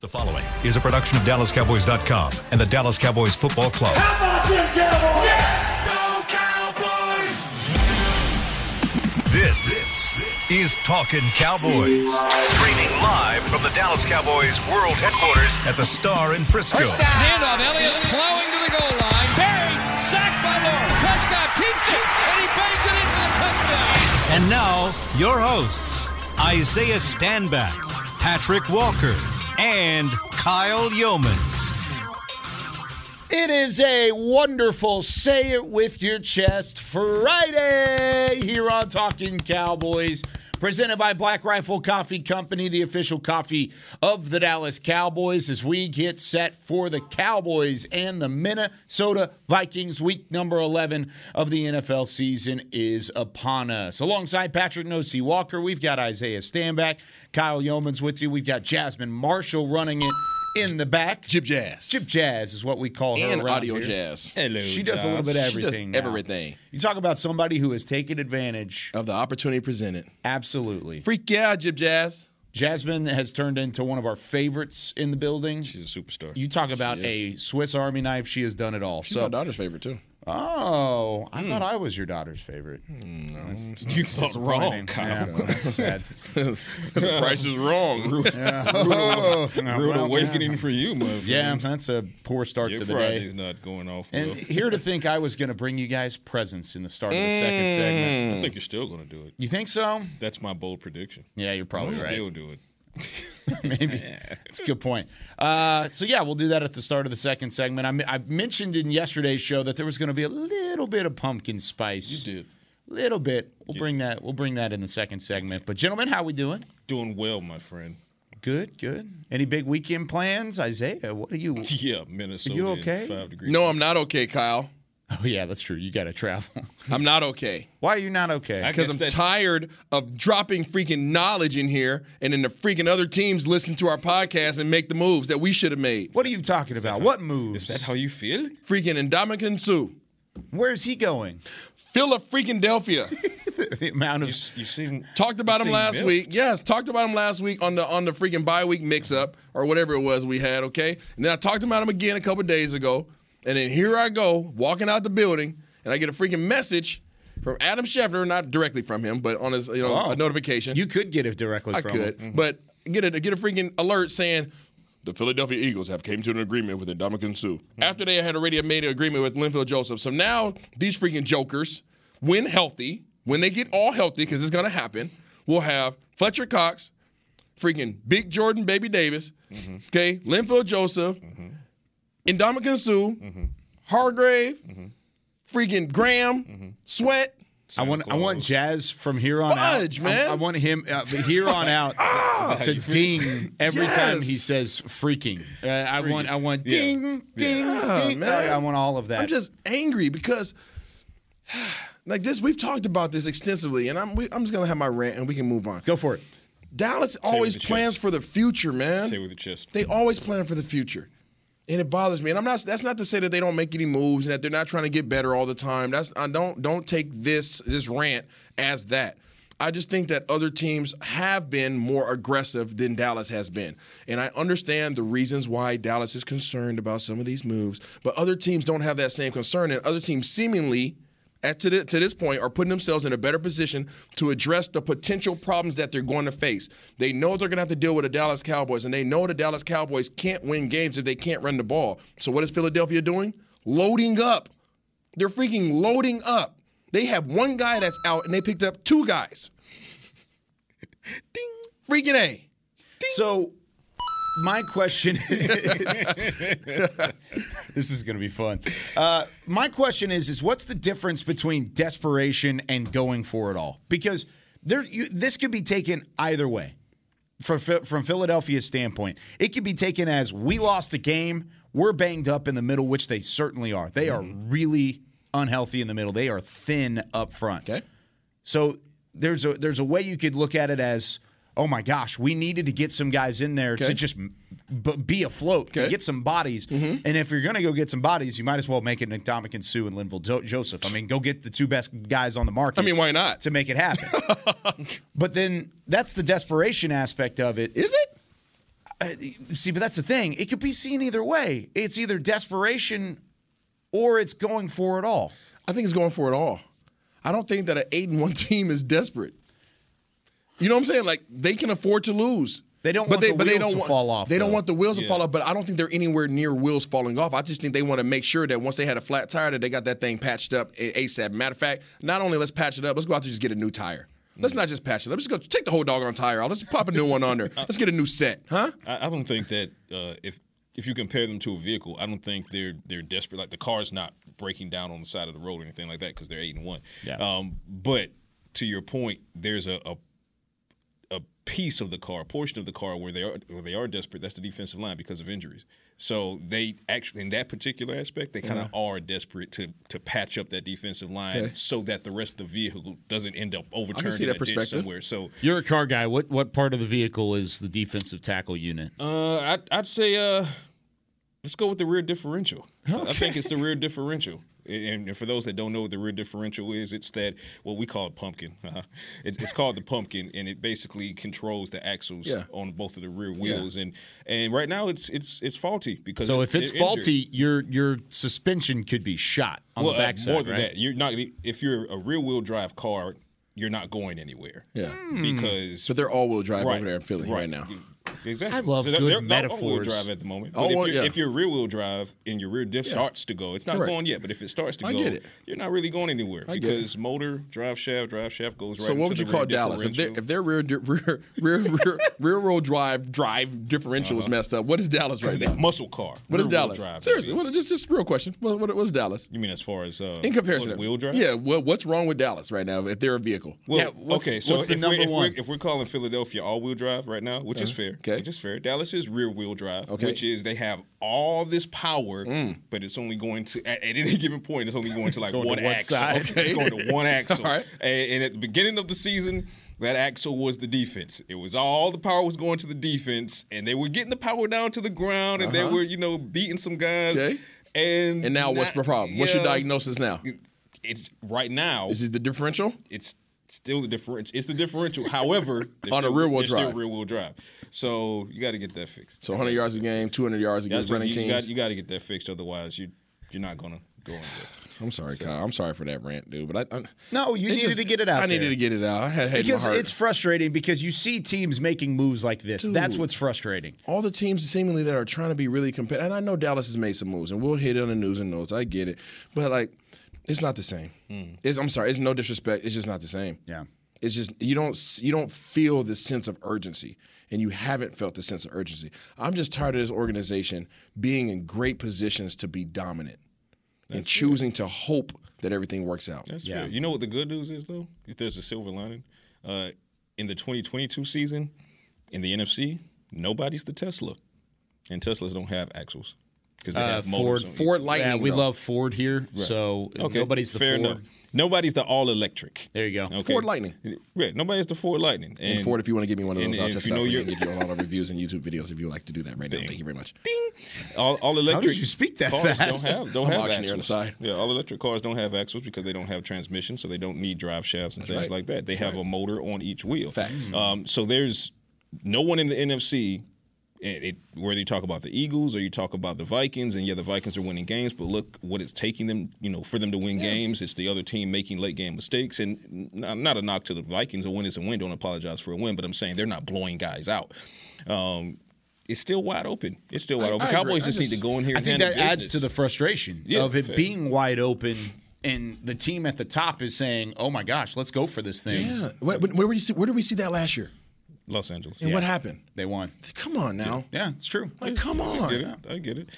The following is a production of DallasCowboys.com and the Dallas Cowboys Football Club. How about them Cowboys? Go Cowboys! This is Talkin' Cowboys. Streaming live from the Dallas Cowboys World Headquarters at the Star in Frisco. Handoff, Elliott plowing to the goal line. Buried, sacked by Lawrence. Prescott keeps it, and he bangs it in for the touchdown. And now, your hosts, Isaiah Standback, Patrick Walker, and Kyle Yeomans. It is a wonderful Say It With Your Chest Friday here on Talking Cowboys, presented by Black Rifle Coffee Company, the official coffee of the Dallas Cowboys, as we get set for the Cowboys and the Minnesota Vikings. Week number 11 of the NFL season is upon us. Alongside Patrick Nosey Walker, we've got Isaiah Standback, Kyle Yeomans with you, we've got Jasmine Marshall running it. In the back, Jib Jazz. Chip Jazz is what we call her. and around audio here. jazz. She does a little bit of She does everything. now. everything You talk about somebody who has taken advantage. of the opportunity presented. Absolutely. Freak you out, Jib Jazz. Jasmine has turned into one of our favorites in the building. She's a superstar. You talk about a Swiss Army knife. She has done it all. She's so, my daughter's favorite too. oh, I thought I was your daughter's favorite. You thought wrong, Yeah, Kyle. that's sad. the price is wrong. Rude, Oh, rude well, awakening for you, motherfucker. Yeah, that's a poor start Your to the Friday's day. not going off well. And here to think I was going to bring you guys presents in the start of the second segment. Mm. I think you're still going to do it. You think so? That's my bold prediction. Yeah, you're probably You'll right. Still do it. Maybe it's a good point. Uh, so yeah, we'll do that at the start of the second segment. I, m- I mentioned in yesterday's show that there was going to be a little bit of pumpkin spice. You did. little bit. We'll bring that. We'll bring that in the second segment. But gentlemen, how we doing? Doing well, my friend. Good, good. Any big weekend plans, Isaiah? What are you? Yeah, Minnesota. You in okay? Five degrees. No, I'm not okay, Kyle. Oh yeah, that's true. You got to travel. I'm not okay Why are you not okay? I because guess I'm that- tired of dropping freaking knowledge in here, and then the freaking other teams listen to our podcast and make the moves that we should have made. what are you talking about? What moves? Is that how you feel? Freaking and Dominican Sue, Where's he going? Phil of freaking Delphia. The amount of You, s- you seem. Talked about You him say last Biff? week. Yes, talked about him last week on the on the freaking bye week mix up or whatever it was we had. Okay, and then I talked about him again a couple days ago, and then here I go walking out the building, and I get a freaking message from Adam Schefter, not directly from him, but on his you know Oh. Wow. a notification. you could get it directly I from could, him. but get a get a freaking alert saying. The Philadelphia Eagles have came to an agreement with Indomitian Sue. After they had already made an agreement with Linfield Joseph. So now these freaking jokers, when healthy, when they get all healthy, because it's gonna happen, we'll have Fletcher Cox, freaking Big Jordan Baby Davis, okay, Linfield Joseph, Indomitian Sue, Hargrave, freaking Graham, Sweat. I want I want Claus. jazz from here on Fudge, out. man. I, I want him uh, but here on out to ding every time he Yes. says freaking. Uh, I want I want Yeah. ding ding ding. Ah, man. I, I want all of that. I'm just angry because, like this, we've talked about this extensively, and I'm we, I'm just gonna have my rant and we can move on. Go for it. Dallas always with the plans chest. for the future, man. Say it with your chest. They always plan for the future. And it bothers me. And I'm not that's not to say that they don't make any moves and that they're not trying to get better all the time. That's I don't don't take this this rant as that. I just think that other teams have been more aggressive than Dallas has been. And I understand the reasons why Dallas is concerned about some of these moves, but other teams don't have that same concern and other teams seemingly at to, the, to this point are putting themselves in a better position to address the potential problems that they're going to face. They know they're going to have to deal with the Dallas Cowboys, and they know the Dallas Cowboys can't win games if they can't run the ball. So what is Philadelphia doing? Loading up. They're freaking loading up. They have one guy that's out, and they picked up two guys. Ding. Freaking A. So my question is this is going to be fun. Uh, my question is is what's the difference between desperation and going for it all? Because there you, this could be taken either way. From Phil- from Philadelphia's standpoint, it could be taken as we lost a game, we're banged up in the middle, which they certainly are. They are really unhealthy in the middle. They are thin up front. Okay. So there's a there's a way you could look at it as, oh my gosh, we needed to get some guys in there to Okay. just b- be afloat, to Okay. Mm-hmm. get some bodies. And if you're gonna go get some bodies, you might as well make it McDomick and Sue and Linville jo- Joseph. I mean, go get the two best guys on the market. I mean, why not? to make it happen? but then that's the desperation aspect of it. Is it? uh, see, but that's the thing. It could be seen either way. It's either desperation or it's going for it all. I think it's going for it all. I don't think that an eight and one team is desperate. You know what I'm saying? Like they can afford to lose. They don't want the wheels to fall off, They don't though. want the wheels to Yeah. fall off, but I don't think they're anywhere near wheels falling off. I just think they want to make sure that once they had a flat tire, that they got that thing patched up a- ASAP. Matter of fact, not only let's patch it up, let's go out to just get a new tire. Let's not just patch it. up. Let's just go take the whole dog on tire out. Let's pop a new one on there. Let's get a new set, huh? I, I don't think that uh, if if you compare them to a vehicle, I don't think they're they're desperate. Like the car's not breaking down on the side of the road or anything like that because they're eight and one. Yeah. Um, but to your point, there's a, a a piece of the car, a portion of the car where they are where they are desperate. That's the defensive line because of injuries. So they actually, in that particular aspect, they kind of are desperate to to patch up that defensive line Okay. so that the rest of the vehicle doesn't end up overturned see in that a ditch perspective. somewhere. So You're a car guy. What what part of the vehicle is the defensive tackle unit? Uh, I'd, I'd say uh, let's go with the rear differential. I- I think it's the rear differential. And and for those that don't know what the rear differential is, it's that what we call it pumpkin. Uh-huh. It, it's called the pumpkin, and it basically controls the axles Yeah. on both of the rear wheels. And and right now it's it's it's faulty because So it- if it's it injured. faulty, your your suspension could be shot on well, the uh, backside. more than right? that, you're not. If you're a rear wheel drive car, you're not going anywhere. Yeah. Hmm. because So they're all wheel drive over there in Philly right, now. Exactly. I love good All-wheel metaphors. drive at the moment. All But if, wheel- you're, yeah. if your rear-wheel drive and your rear diff starts to go, it's not Correct. going yet. But if it starts to I go, get it. you're not really going anywhere I get it. because motor, drive shaft, drive shaft goes right. So what would into you the call rear Dallas if their differential. if their rear di- rear rear rear, rear road drive drive differential Uh-huh. was messed up? What is Dallas right That now? muscle car? What is rear-wheel Dallas? drive, Seriously, baby. what, just just real question. What what was Dallas you mean as far as uh, in comparison? wheel drive? Yeah. What, what's wrong with Dallas right now? If they're a vehicle, Well, Yeah, what's- okay, so what's the if, number we're, if, one? We're, if we're calling Philadelphia all-wheel drive right now, which is fair, okay. which is fair. Dallas is rear-wheel drive, Okay. Mm. which is they have all this power, but it's only going to at, at any given point it's only going to like Going to one, one axle. side. It's going to one axle. All right. and, and at the beginning of the season. That axle was the defense. It was all the power was going to the defense, and they were getting the power down to the ground, and they were, you know, beating some guys. Uh-huh. Okay. And and now what's not- the problem? What's your yeah, diagnosis now? It's right now Is it the differential? it's still the differential. It's the differential. However, they're On a still- rear-wheel they're still drive. rear-wheel drive. So you got to get that fixed. So 100 yards a game, 200 yards against That's what- running you, teams. Got, you got to get that fixed. Otherwise, you you're not gonna go anywhere. I'm sorry, Kyle. I'm sorry for that rant, dude. But I, I No, you it's needed just- to get it out I needed there. to get it out. I had hate in my Because heart. it's frustrating because you see teams making moves like this. That's Dude. what's frustrating. all the teams seemingly that are trying to be really competitive. And I know Dallas has made some moves, and we'll hit it on the news and notes. I get it, but like, it's not the same. Mm. It's, I'm sorry. It's no disrespect. It's just not the same. Yeah. It's just you don't s- you don't feel the sense of urgency, and you haven't felt the sense of urgency. I'm just tired of this organization being in great positions to be dominant and choosing to hope that everything works out. That's Yeah. fair. You know what the good news is though? If there's a silver lining, uh, in the 2022 season in the NFC, nobody's the Tesla, and Teslas don't have axles because they Uh, have Ford, motors. on each- Ford Lightning. yeah, we though. love Ford here. So Okay, nobody's the fair Ford. enough. Nobody's the all electric. There you go. Ford Lightning. Yeah, nobody's the Ford Lightning. And Ford, if you want to give me one of and- those, I'll and if test you out know for you you're- and give you a lot of reviews and YouTube videos if you would like to do that right now. Thank you very much. All, all electric. you speak that cars fast? Don't have, don't I'm have auctioneer axles. on the side. Yeah, all electric cars don't have axles because they don't have transmission, so they don't need drive shafts and things right. like that. They have a motor on each wheel. Facts. Um, so there's no one in the NFC. and it, whether you talk about the Eagles or you talk about the Vikings, and yeah, the Vikings are winning games, but look what it's taking them, you know, for them to win games. It's the other team making late game mistakes, and not, not a knock to the Vikings. A win is a win. Don't apologize for a win, but I'm saying they're not blowing guys out. Um, it's still wide open. It's still wide open. I agree. Cowboys I just, just- need to go in here. I and think handle that adds business. to the frustration Yeah, of it fair. being wide open and the team at the top is saying, "Oh my gosh, let's go for this thing." Yeah. Where, where, were you see, where did we see that last year? Los Angeles. And what happened? They won. Come on now. Yeah, it's true. Like, come I get it. on. I get it.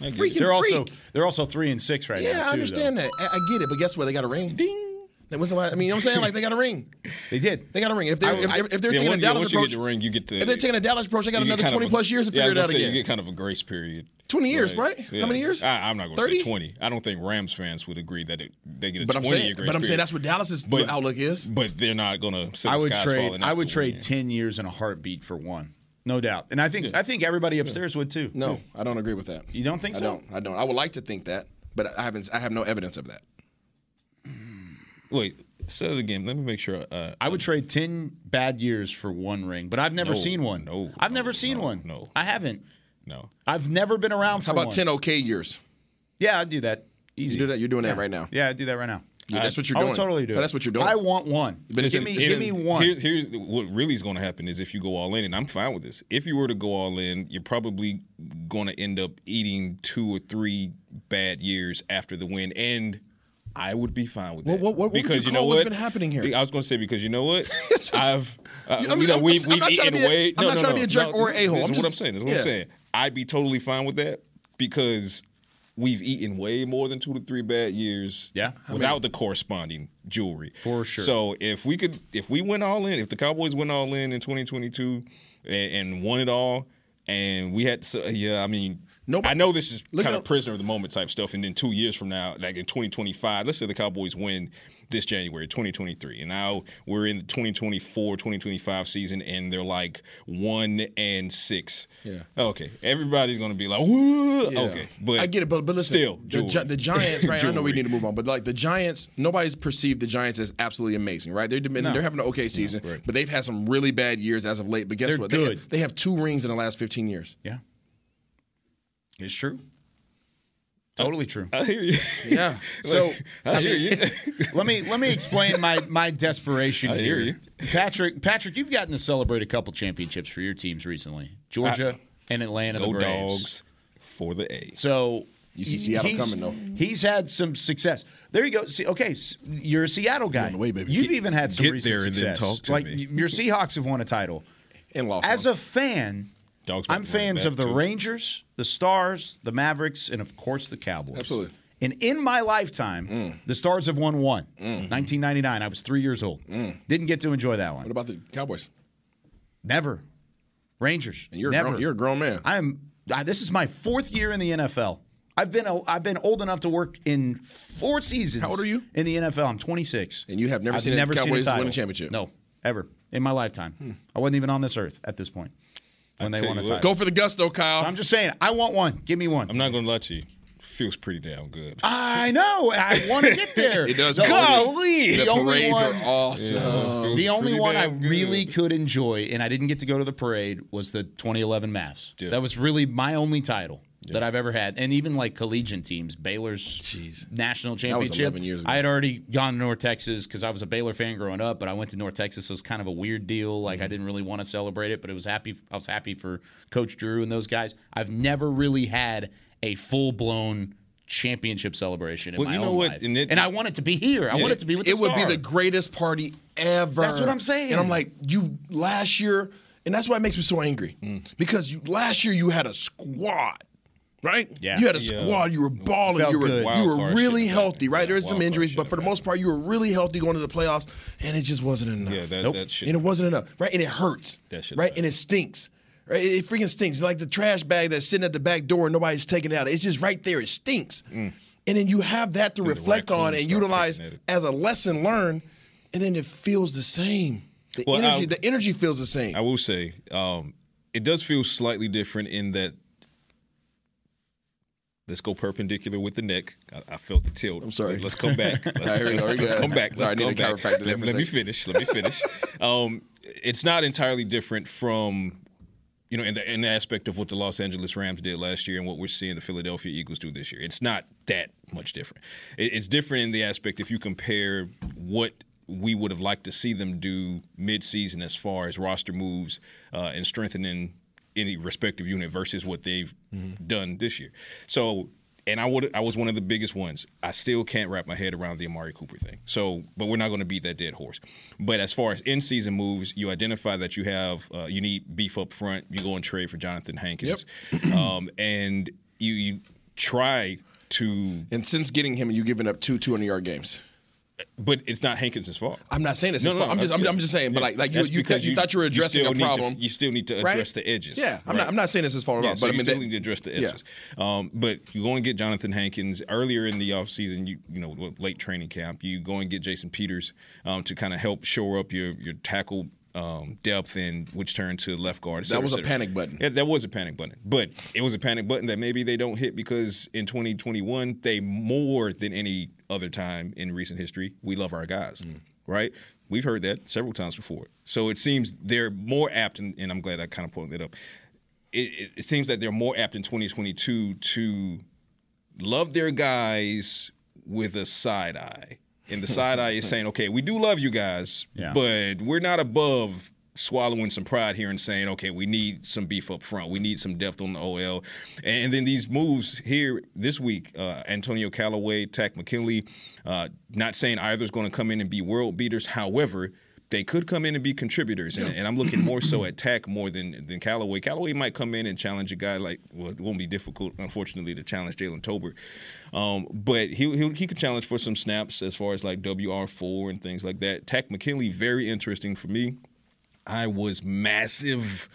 I get Freaking- it. They're also freak. they're also three and six right now. Yeah, I understand that. I, I get it, but guess what? They got a ring. Ding. That was the last, I mean, you know what I'm saying? Like, they got a ring. They did. They got a ring. If they're, if, I- if, if they're Yeah, taking one- a yeah, Dallas once you approach, get the ring, you get the. if they're taking a Dallas approach, they got you get another kind of 20 a- plus years to yeah, figure I it was out gonna say, again. You get kind of a grace period. 20 years, Like, right? How many years? I, am not going to 30? say 20. I don't think Rams fans would agree that it, they get a But I'm 20 saying, year grace but I'm saying period. that's what Dallas's But- outlook is. But they're not going to. I would trade. I would trade ten years in a heartbeat for one, no doubt. And I think I think everybody upstairs would too. No, Hmm. I don't agree with that. You don't think I so? don't. I don't. I would like to think that, but I haven't. I have no evidence of that. Wait, say it again. Let me make sure. Uh, I would trade ten bad years for one ring, but I've never No, seen one. no, I've no, never seen no, one. no. I haven't. no. I've never been around for How about one. ten OK years? Yeah, I'd do that. Easy. You do that. You're doing that right now. Yeah, I'd do that right now. Yeah, that's what you're I doing. would totally do No, it. That's what you're doing. I want one. But it's give in- me, it's give in- me one. Here's, here's what really is going to happen is if you go all in, and I'm fine with this. If you were to go all in, you're probably going to end up eating two or three bad years after the win, and I would be fine with What- what- that. what- what would because you know call what's what? been happening here? I was going to say because you know what I've uh, You- I mean, you know, I'm- we've, I'm we've not trying to eaten be a- away. I'm no, not no, trying to no, be a jerk no, or an a-hole. This I'm is what I'm just- saying. This is what yeah. I'm saying. I'd be totally fine with that because we've eaten way more than two to three bad years. Yeah. without the corresponding jewelry For sure. So if we could, if we went all in, if the Cowboys went all in in 2022 and, and won it all, and we had, so, yeah, I mean. Nobody- I know this is Look kind at- of prisoner of the moment type stuff, and then two years from now, like in 2025, let's say the Cowboys win this January 2023, and now we're in the 2024 2025 season, and they're like one and six. Yeah. Okay. Everybody's gonna be like, "Woo!" Yeah. okay, but I get it, but, but listen, still, the, Gi- jewelry. the Giants, right? I know we Jewelry. need to move on, but like the Giants, nobody's perceived the Giants as absolutely amazing, right? They're demanding, they're having an okay season, right. but they've had some really bad years as of late. But guess They're what? They, good. have, they have two rings in the last 15 years. yeah, it's true. Uh, Totally true. I hear you. Yeah. So I hear you. let me let me explain my my desperation I here. hear you. Patrick. Patrick, you've gotten to celebrate a couple championships for your teams recently, Georgia I- and Atlanta. Go the Braves. dogs for the A's. So You see Seattle he's- coming, though. He's had some success. There you go. See, okay, s- you're a Seattle guy. the way, baby. You've even had some get recent there and then success. talk to like me. y- your Seahawks have won a title. and lost. As one. a fan, Dogs I'm might run fans back, of the too. Rangers, the Stars, the Mavericks, and of course the Cowboys. Absolutely. And in my lifetime, Mm. the Stars have won one. 1999, I was three years old. Mm. Didn't get to enjoy that what one. about the Cowboys? Never. Rangers. And you're a never. grown, you're a grown man. I'm. I, this is my fourth year in the NFL. I've been a, I've been old enough to work in four seasons. How old are you? In the NFL, I'm 26. And you have never I've seen the never Cowboys seen a title. win a championship? Hmm. No, ever in my lifetime. I wasn't even on this earth at this point when I they tell won a you what. title. Go for the gusto, Kyle. I'm just saying, I want one. Give me one. I'm not gonna lie to you. Feels pretty damn good. I know. and I want to get there. It does. Golly, the the only parades one. are awesome. Feels the only pretty one I damn good. really could enjoy, and I didn't get to go to the parade, was the 2011 Mavs. Yeah. That was really my only title that I've ever had, and even like collegiate teams, Baylor's national was championship. 11 years ago. I had already gone to North Texas because I was a Baylor fan growing up, but I went to North Texas, so it was kind of a weird deal. Like Mm-hmm. I didn't really want to celebrate it, but it was happy. I was happy for Coach Drew and those guys. I've never really had a full blown. Championship celebration in Well, my you know own what, life, and it- and I want it to be here. I want it to be with. The it would be Stars. the greatest party ever. That's what I'm saying. And I'm like, you last year, and that's why it makes me so angry Mm. because you last year you had a squad. Right? Yeah. You had a Yeah. squad. You were balling. Felt You were, good. you Wild were card really shit happened. healthy, right? Yeah, There was some wild card injuries, shit but for the happened. most part, you were really healthy going to the playoffs, and it just wasn't enough. Yeah, that, that shit. And it wasn't enough, right? And it hurts, That shit's right? bad. And it stinks, right? It, it freaking stinks. It's like the trash bag that's sitting at the back door and nobody's taking it out. It's just right there. It stinks. And then you have that to reflect on Mm. raccoons and start utilize picking at it. as a lesson learned, and then it feels the same. The Well, energy, I'll- the energy feels the same. I will say, um, it does feel slightly different in that. Let's go perpendicular with the neck. I, I felt the tilt. I'm sorry. Let's come back. Let's, All right, here we let's- go, here we let's go. come back. Sorry, I Let's need come a back. chiropractor there Let, for a let me second. finish. Let me finish. um, it's not entirely different from you know, in the, in the aspect of what the Los Angeles Rams did last year and what we're seeing the Philadelphia Eagles do this year. It's not that much different. It, it's different in the aspect if you compare what we would have liked to see them do midseason as far as roster moves uh, and strengthening any respective unit versus what they've Mm-hmm. done this year. So, and I would I was one of the biggest ones. I still can't wrap my head around the Amari Cooper thing. So, but we're not going to beat that dead horse. But as far as in season moves, you identify that you have uh, you need beef up front. You go and trade for Jonathan Hankins, um, and you you try to, and since getting him, you've given up two 200 yard games. but it's not Hankins' fault. I'm not saying this. No, is no, fine. I'm just, I'm, I'm just saying. But yeah. like, like you, That's you, because thought, you, thought you were addressing still a need to- problem. you still need to right? address the edges. Yeah, I'm not. right? I'm not saying this is fault Yeah, about. so but I you mean, still that- need to address the yeah. edges. Um, but you go and get Jonathan Hankins earlier in the offseason, you you know, with late training camp. You go and get Jason Peters um, to kind of help shore up your your tackle um, depth and which turned to left guard. et That cetera, was a et cetera. panic button. Yeah, that was a panic button, but it was a panic button that maybe they don't hit because in 2021 they more than any other time in recent history, we love our guys, Mm. right? We've heard that several times before. So it seems they're more apt, and, and I'm glad I kind of pointed that up. It, it, it seems that they're more apt in 2022 to love their guys with a side eye. And the side eye is saying, okay, we do love you guys, Yeah. but we're not above swallowing some pride here and saying, okay, we need some beef up front. We need some depth on the OL. And then these moves here this week uh, Antonio Callaway, Tack McKinley, uh, not saying either is going to come in and be world beaters. However, they could come in and be contributors, and, and I'm looking more so at Tack more than than Callaway. Callaway might come in and challenge a guy like well, it won't be difficult, unfortunately, to challenge Jalen Tolbert, um, but he, he he could challenge for some snaps as far as like WR four and things like that. Tack McKinley, very interesting for me. I was massive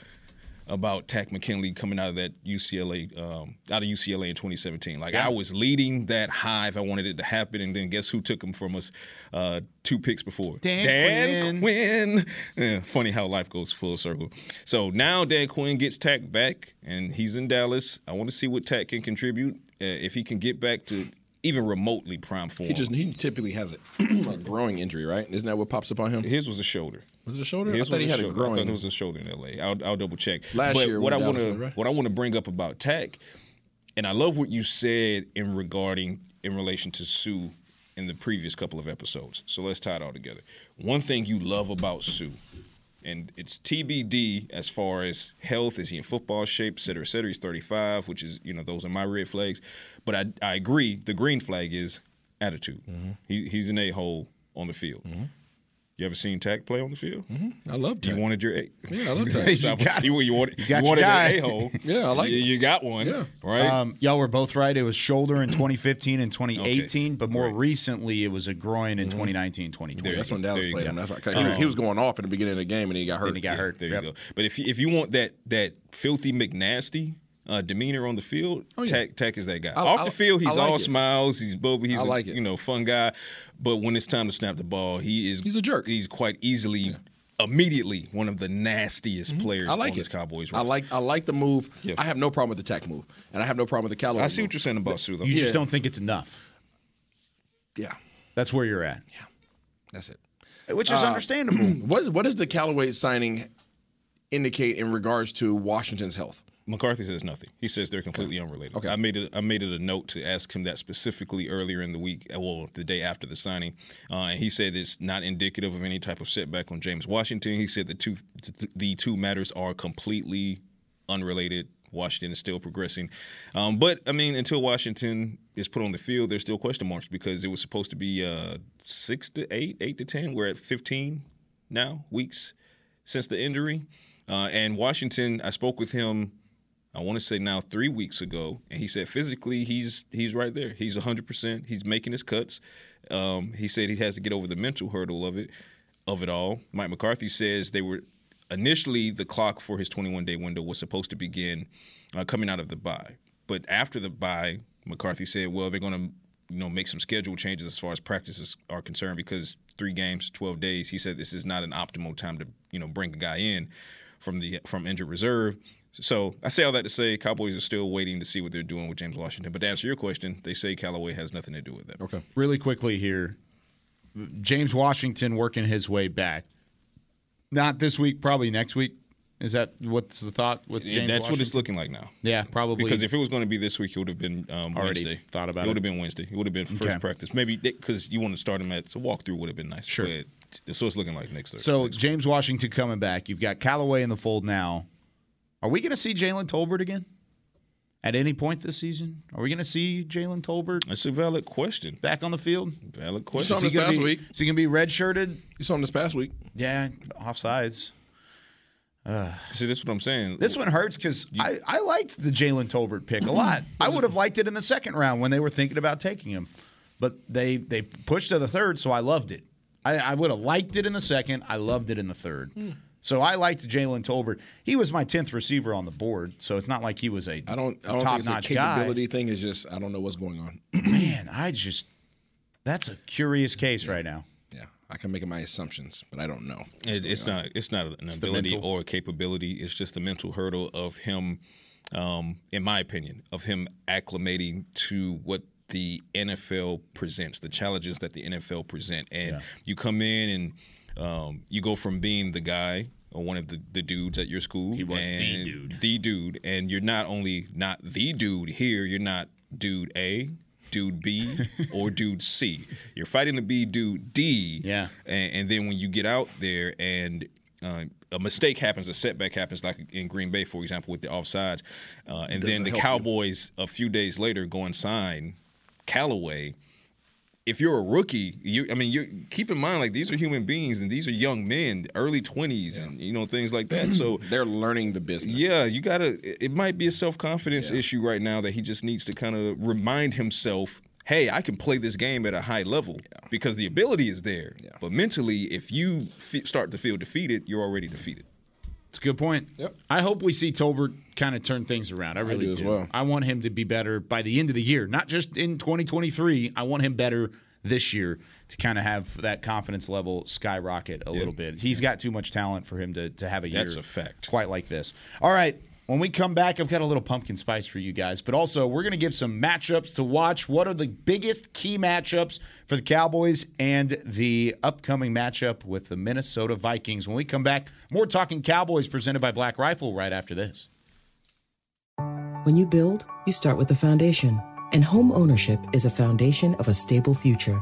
about Tack McKinley coming out of that UCLA, um, out of UCLA in 2017. Like I was leading that hive. I wanted it to happen, and then guess who took him from us uh, two picks before? Dan Quinn. Yeah, funny how life goes full circle. So now Dan Quinn gets Tack back, and he's in Dallas. I want to see what Tack can contribute. Uh, if he can get back to even remotely prime form. He just he typically has a, a growing injury, right? Isn't that what pops up on him? his was a shoulder. Was it a shoulder? I His thought was he had a shoulder. I growing. thought it was a shoulder in LA. I'll, I'll double check. Last but year what I when want Dallas to went, right? what I want to bring up about Tech, and I love what you said in regarding in relation to Sue in the previous couple of episodes. So let's tie it all together. One thing you love about Sue, and it's TBD as far as health. Is he in football shape, et cetera, et cetera? He's 35, which is you know those are my red flags. But I I agree. The green flag is attitude. Mm-hmm. He, he's an a hole on the field. You ever seen Tack play on the field? I love You Tack. wanted your eight. Yeah, I love Tack. you, got, you, you wanted, you got your wanted guy. an a-hole. Yeah, I like you, it. you got one, Yeah. right? Um, y'all were both right. It was shoulder in 2015 and 2018, but more Right. Mm-hmm. recently, it was a groin in 2019, 2020. That's when Dallas There you played go. Um, him. That's why he, was- he was going off in the beginning of the game, and he got hurt. Then he got hurt. there Yep. you go. But if you, if you want that that filthy McNasty uh, demeanor on the field, Oh, yeah. Tack, Tack is that guy. I- Off I- the field, he's I like all it. smiles, he's bubbly, he's I a, like it. you know fun guy. But when it's time to snap the ball, he is He's a jerk. He's quite easily. Immediately, one of the nastiest players Mm-hmm. I like on this it. Cowboys. I roster. like I like the move. Yeah. I have no problem with the Tack move, and I have no problem with the Callaway. I see move. what you're saying about Sue. though. You Yeah. just don't think it's enough. Yeah, That's where you're at. that's it. Which Uh, is understandable. Hmm. What is, what does the Callaway signing indicate in regards to Washington's health? McCarthy says nothing. He says they're completely unrelated. Okay. I made it. I made it a note to ask him that specifically earlier in the week, uh, well, the day after the signing, uh, and he said it's not indicative of any type of setback on James Washington. He said the two the two matters are completely unrelated. Washington is still progressing, um, but I mean, until Washington is put on the field, there's still question marks because it was supposed to be uh, six to eight, eight to ten. We're at fifteen now weeks since the injury. Uh, and Washington, I spoke with him, I want to say now three weeks ago, and he said physically he's he's right there. He's 100%. He's making his cuts. Um, he said he has to get over the mental hurdle of it, of it all. Mike McCarthy says they were initially the clock for his 21 day window was supposed to begin uh, coming out of the bye, but after the bye, McCarthy said, well, they're going to you know make some schedule changes as far as practices are concerned because three games, twelve days. He said this is not an optimal time to you know bring a guy in from the from injured reserve. So I say all that to say Cowboys are still waiting to see what they're doing with James Washington. But to answer your question, they say Callaway has nothing to do with that. Okay. really quickly here James Washington working his way back. Not this week, probably next week. Is that what's the thought with James that's what it's Washington? looking like now. Yeah, probably. Because if it was going to be this week, it would have been um, Already Wednesday. thought about it. would it. have been Wednesday. It would have been first Okay. practice. Maybe because you want to start him at so walkthrough would have been nice. Sure. But, so it's looking like next Thursday. so James Washington coming back. You've got Callaway in the fold now. Are we going to see Jalen Tolbert again at any point this season? Are we going to see Jalen Tolbert that's a valid question. back on the field? Valid saw question. him this gonna past be, week. Is he going to be redshirted? You saw him this past week. Yeah, offsides. See, that's what I'm saying. This one hurts because I, I liked the Jalen Tolbert pick Mm-hmm. a lot. I would have liked it in the second round when they were thinking about taking him, but they they pushed to the third, so I loved it. I, I would have liked it in the second. I loved it in the third. Hmm. So I liked Jalen Tolbert. He was my tenth receiver on the board, so it's not like he was a I don't. I don't top think it's notch a guy. capability thing. It's just I don't know what's going on. Man, I just that's a curious case right now. yeah, I can make my assumptions, but I don't know. It, it's not. It's not an uh, the ability mental. or a capability. It's just the mental hurdle of him, um, in my opinion, of him acclimating to what the NFL presents, the challenges that the NFL present, and you come in and um, you go from being the guy or one of the, the dudes at your school. He was the and- dude. the dude, and you're not only not the dude here, you're not dude A, dude B, or dude C. You're fighting to be dude D. Yeah. And, and then when you get out there and uh, a mistake happens, a setback happens, like in Green Bay, for example, with the offsides, uh, and then the Cowboys a few days later go and sign Callaway if you're a rookie, you I mean, you keep in mind like these are human beings and these are young men, early twenties, and you know things like that. So They're learning the business. yeah, you gotta. it- It might be a self confidence issue right now that he just needs to kind of remind himself. Hey, I can play this game at a high level because the ability is there. But mentally, if you fe start to feel defeated, you're already defeated. It's a good point. Yep. I hope we see Tolbert kind of turn things around. I really do do. as well. I want him to be better by the end of the year, not just in 2023. I want him better this year to kind of have that confidence level skyrocket a little bit. He's got too much talent for him to, to have a year That's a fact. quite like this. All right. When we come back, I've got a little pumpkin spice for you guys, but also we're going to give some matchups to watch. What are the biggest key matchups for the Cowboys and the upcoming matchup with the Minnesota Vikings? When we come back, more talking Cowboys presented by Black Rifle right after this. When you build, you start with the foundation. And home ownership is a foundation of a stable future.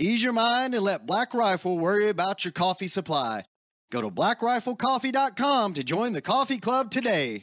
Ease your mind and let Black Rifle worry about your coffee supply. Go to blackriflecoffee.com to join the coffee club today.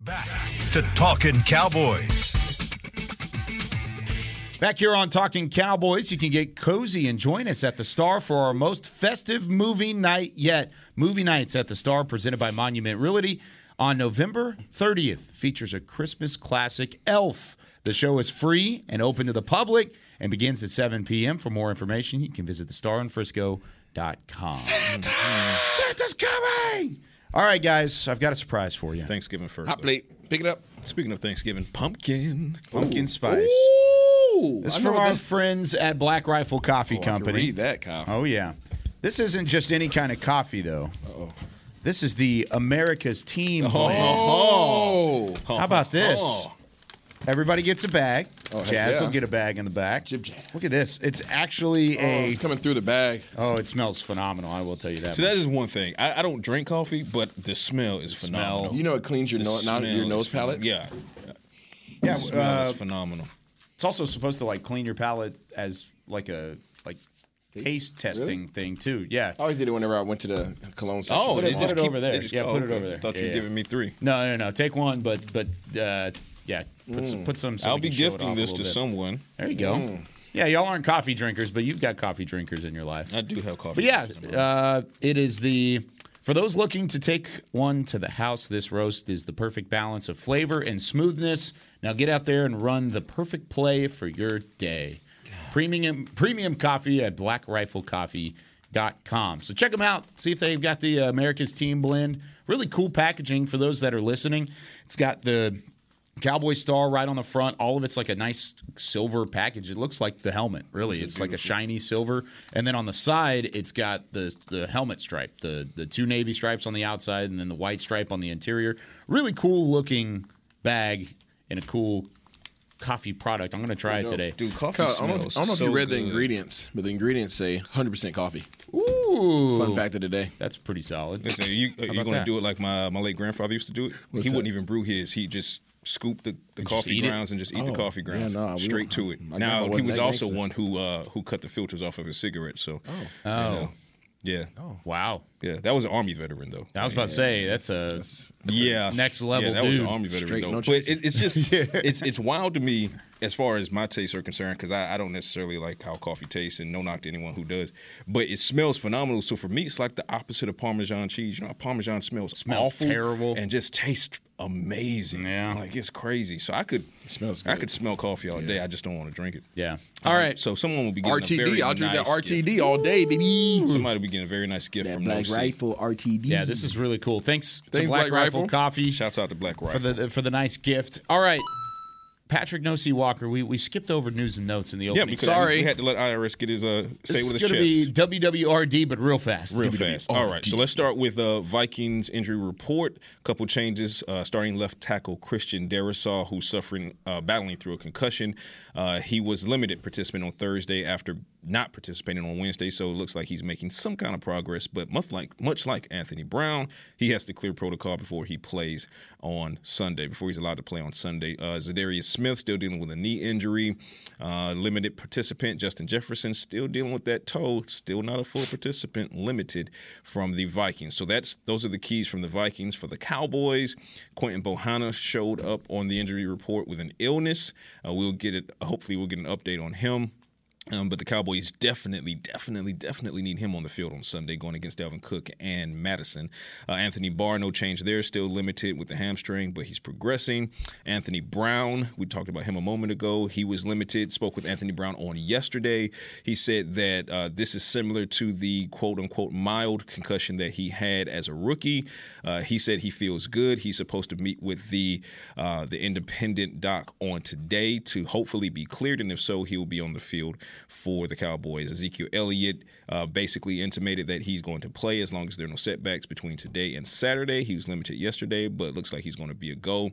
Back to Talking Cowboys. Back here on Talking Cowboys, you can get cozy and join us at the Star for our most festive movie night yet. Movie Nights at the Star, presented by Monument Realty, on November 30th, features a Christmas classic, Elf. The show is free and open to the public and begins at 7 p.m. For more information, you can visit thestarinfrisco.com. Santa! Santa's coming! All right, guys, I've got a surprise for you. Thanksgiving first. Hot though. plate. Pick it up. Speaking of Thanksgiving, pumpkin. Pumpkin spice. Ooh. This I is know from our that- friends at Black Rifle Coffee Oh, I can Company. Read that, Kyle. Oh yeah, this isn't just any kind of coffee though. oh This is the America's Team. blend. Oh. How about this? Everybody gets a bag. Jazz yeah. will get a bag in the back. Jib jab. Look at this. It's actually Oh, a. it's coming through the bag. Oh, it smells phenomenal. I will tell you that. So that is one thing. I, I don't drink coffee, but the smell is phenomenal. You know it cleans your, The no- not smell your is nose palate? phen- Yeah, yeah, the smell uh, is phenomenal. it's also supposed to like clean your palate as like a like taste testing thing too. Yeah. I always did it whenever I went to the cologne section. Oh, Put they it- put just it keep- over there. they just- Yeah, oh, put it okay. over there. Thought you Yeah, were yeah. giving me three. No, no, no. Take one, but but uh, yeah, put some put some. so I'll we be can show it off gifting a this little to bit. someone. There you go. Mm. Yeah, y'all aren't coffee drinkers, but you've got coffee drinkers in your life. I do have coffee. But yeah, in my life. uh, it is the for those looking to take one to the house. This roast is the perfect balance of flavor and smoothness. Now get out there and run the perfect play for your day. Premium premium coffee at blackriflecoffee.com. So check them out. See if they've got the uh, America's Team blend. Really cool packaging for those that are listening. It's got the Cowboy star right on the front. All of it's like a nice silver package. It looks like the helmet, really. It's like a shiny silver. And then on the side, it's got the the helmet stripe, the the two navy stripes on the outside, and then the white stripe on the interior. Really cool looking bag and a cool coffee product. I'm gonna try it today. dude, coffee I smells. don't know if, I don't know if so you read good. the ingredients, but the ingredients say 100% coffee. Ooh, Fun fact of the day. that's pretty solid. Listen, you, are you about going to that? do it like my, my late grandfather used to do it? he that? wouldn't even brew his. He just scooped the, the just coffee eat it? grounds and just eat Oh, the coffee yeah, grounds nah, we straight don't- to it. my grandma now he wasn't was that also gangster. one who uh, who cut the filters off of his cigarette. So, oh, yeah, Wow, yeah, that was an army veteran though. I was about to say that's a yeah, next level Yeah, that was an dude. army veteran Straight, though. no but it, it's just it's it's wild to me as far as my tastes are concerned because I, I don't necessarily like how coffee tastes, and no knock to anyone who does. But it smells phenomenal. So for me, it's like the opposite of Parmesan cheese. You know, how Parmesan smells, Smells awful terrible. and just tastes amazing. Yeah. like it's crazy. So I could smells I good. could smell coffee all day. I just don't want to drink it. yeah. All right, So someone will be getting A RTD. very I'll drink nice that RTD all day, baby. Gift. Somebody will be getting a very nice gift from No Seat. RTD. yeah, this is really cool. Thanks, to Thanks, Black, Black Rifle, Rifle. Coffee. Shouts out to Black for Rifle. the for the nice gift. All right, Patrick Nosey Walker. We, we skipped over news and notes in the yeah, opening. because segment. we- we had to let IRS get his uh say This with his is chest. going to be WWRD, but real fast. Real fast. All right. So let's start with uh, Vikings injury report. Couple changes. Uh, starting left tackle Christian Derisaw, who's suffering uh, battling through a concussion. Uh, he was limited participant on Thursday after not participating on Wednesday. So it looks like he's making some kind of progress. But much like much like Anthony Brown, he has to clear protocol before he plays on Sunday. Before he's allowed to play on Sunday. Uh, Zadarius Smith still dealing with a knee injury. Uh, limited participant Justin Jefferson still dealing with that toe. Still not a full participant. Limited from the Vikings. So that's those are the keys from the Vikings for the Cowboys. Quentin Bohanna showed up on the injury report with an illness. Uh, we'll get it. Hopefully, we'll get an update on him. Um, but the Cowboys definitely, definitely, definitely need him on the field on Sunday going against Dalvin Cook and Madison. Uh, Anthony Barr, no change there, still limited with the hamstring, but he's progressing. Anthony Brown, we talked about him a moment ago. He was limited. Spoke with Anthony Brown on yesterday. He said that uh, this is similar to the quote unquote mild concussion that he had as a rookie. Uh, he said he feels good. He's supposed to meet with the uh, the independent doc on today to hopefully be cleared, and if so, he will be on the field for the Cowboys. Ezekiel Elliott uh, basically intimated that he's going to play as long as there are no setbacks between today and Saturday. He was limited yesterday, but looks like he's going to be a go.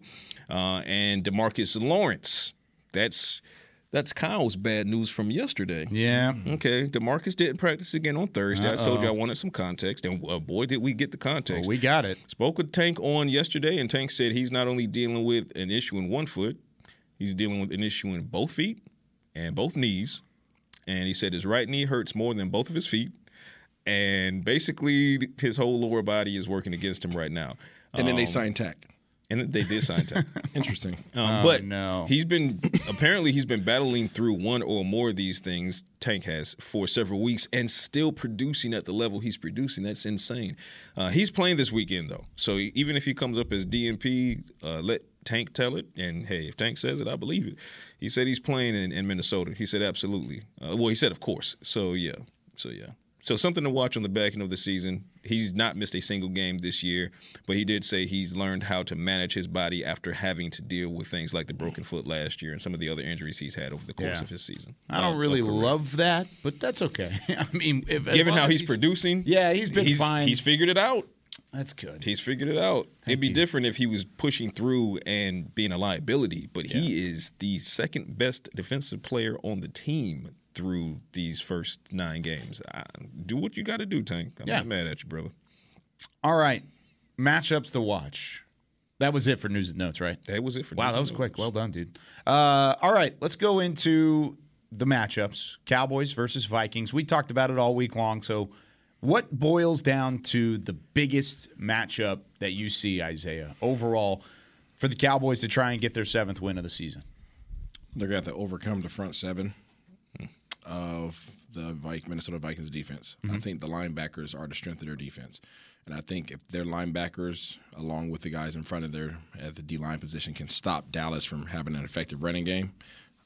Uh, and Demarcus Lawrence, that's that's Kyle's bad news from yesterday. Yeah. Okay, Demarcus didn't practice again on Thursday. I told you I wanted some context, and uh, boy, did we get the context. We got it. Spoke with Tank on yesterday, and Tank said he's not only dealing with an issue in one foot, he's dealing with an issue in both feet and both knees. And he said his right knee hurts more than both of his feet. And basically, his whole lower body is working against him right now. And Um, then they signed tack. And they did sign Tank. Interesting. Um, but no. he's been apparently he's been battling through one or more of these things. Tank has for several weeks and still producing at the level he's producing. That's insane. Uh, he's playing this weekend though, so e, even if he comes up as DMP, uh, let Tank tell it. And hey, if Tank says it, I believe it. He said he's playing in, in Minnesota. He said absolutely. Uh, well, he said of course. So yeah. So yeah. So something to watch on the back end of the season. He's not missed a single game this year, but he did say he's learned how to manage his body after having to deal with things like the broken foot last year and some of the other injuries he's had over the course Yeah. of his season. I don't really love that, but that's okay. I mean, if, as Given long how as he's, producing, yeah, he's been fine. He's figured it out. That's good. He's figured it out. It'd be different if he was pushing through and being a liability, but he is the second best defensive player on the team through these first nine games. I, do what you got to do, Tank. I'm Yeah. not mad at you, brother. All right. Matchups to watch. That was it for news and notes, right? That was it for Wow, news that was and quick. notes. Well done, dude. Uh, all right, let's go into the matchups Cowboys versus Vikings. We talked about it all week long. So, what boils down to the biggest matchup that you see, Isaiah, overall for the Cowboys to try and get their seventh win of the season? They're going to have to overcome the front seven of the Vik- Minnesota Vikings defense. I think the linebackers are the strength of their defense. And I think if their linebackers, along with the guys in front of their at the D line position, can stop Dallas from having an effective running game,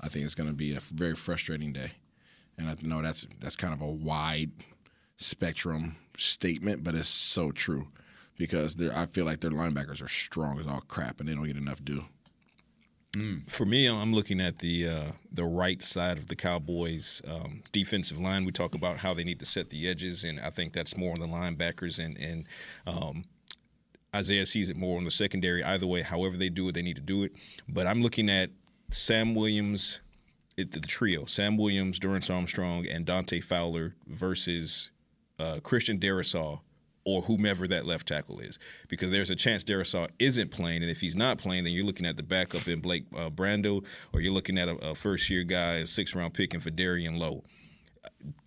I think it's going to be a very frustrating day. And I know that's that's kind of a wide spectrum statement, but it's so true because they're- I feel like their linebackers are strong as all crap, and they don't get enough due. For me, I'm looking at the uh, the right side of the Cowboys' um, defensive line. We talk about how they need to set the edges, and I think that's more on the linebackers and and um, Isaiah sees it more on the secondary. Either way, however they do it, they need to do it. But I'm looking at Sam Williams, it, the trio: Sam Williams, Durance Armstrong, and Dante Fowler versus uh, Christian Darisaw or whomever that left tackle is, because there's a chance Darisaw isn't playing, and if he's not playing, then you're looking at the backup in Blake uh, Brando, or you're looking at a, a first-year guy, a six-round pick in Federian Lowe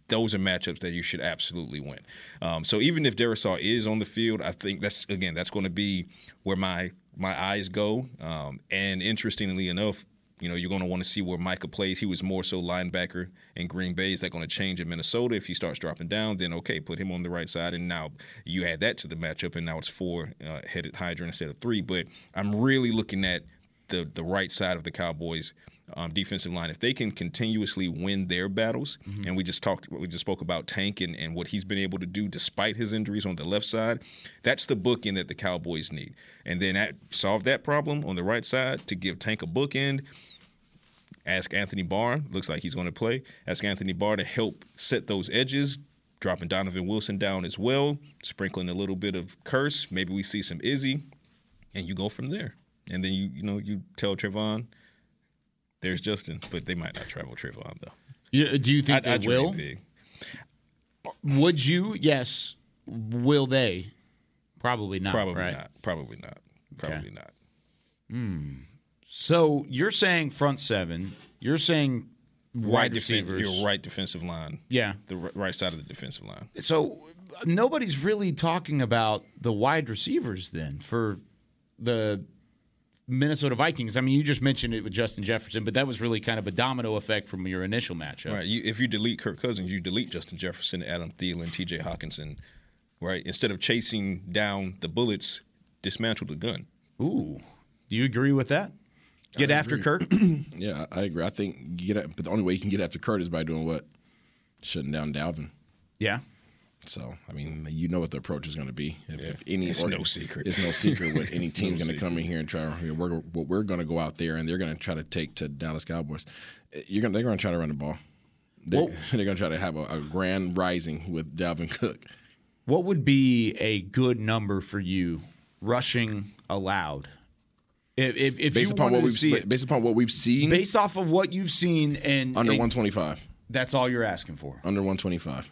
those are matchups that you should absolutely win. Um, so even if Darisaw is on the field, I think that's again that's going to be where my my eyes go. Um, and interestingly enough, you know you're going to want to see where Micah plays. He was more so linebacker in Green Bay. Is that going to change in Minnesota if he starts dropping down? Then okay, put him on the right side, and now you add that to the matchup, and now it's four uh, headed Hydra instead of three. But I'm really looking at the the right side of the Cowboys um, defensive line. If they can continuously win their battles, and we just talked, we just spoke about Tank and, and what he's been able to do despite his injuries on the left side, that's the bookend that the Cowboys need. And then that, solve that problem on the right side to give Tank a bookend. Ask Anthony Barr, looks like he's going to play. Ask Anthony Barr to help set those edges, dropping Donovan Wilson down as well, sprinkling a little bit of curse. Maybe we see some Izzy and you go from there. And then you you know you tell Trevon, there's Justin, but they might not travel Trevon though. Yeah, do you I- I dream big. Would you? Yes. Will they? Probably not. Probably Oh, right? not. Probably not. Probably not. So you're saying front seven. You're saying wide Right defen- receivers. your right defensive line. Yeah. the r- right side of the defensive line. So uh, nobody's really talking about the wide receivers then for the Minnesota Vikings. I mean, you just mentioned it with Justin Jefferson, but that was really kind of a domino effect from your initial matchup. Right. You, if you delete Kirk Cousins, you delete Justin Jefferson, Adam Thielen, T.J. Hawkinson. Right. Instead of chasing down the bullets, dismantle the gun. Ooh, do you agree with that? Get after Kirk. Yeah, I I agree. I think you get, at- but the only way you can get after Kurt is by doing what, shutting down Dalvin. yeah. So I mean, you know what the approach is going to be. If, if any, It's no secret. It's no secret what any It's team's no going to come in here and try. you know, We're what we're going to go out there and they're going to try to take to Dallas Cowboys. Eh, You're going. They're going to try to run the ball. They, are going to try to have a, a grand rising with Dalvin Cook. What would be a good number for you rushing allowed? If, if, if Based you upon wanted what to we've see it, based upon what we've seen based off of what you've seen and under and 125, that's all you're asking for. under 125.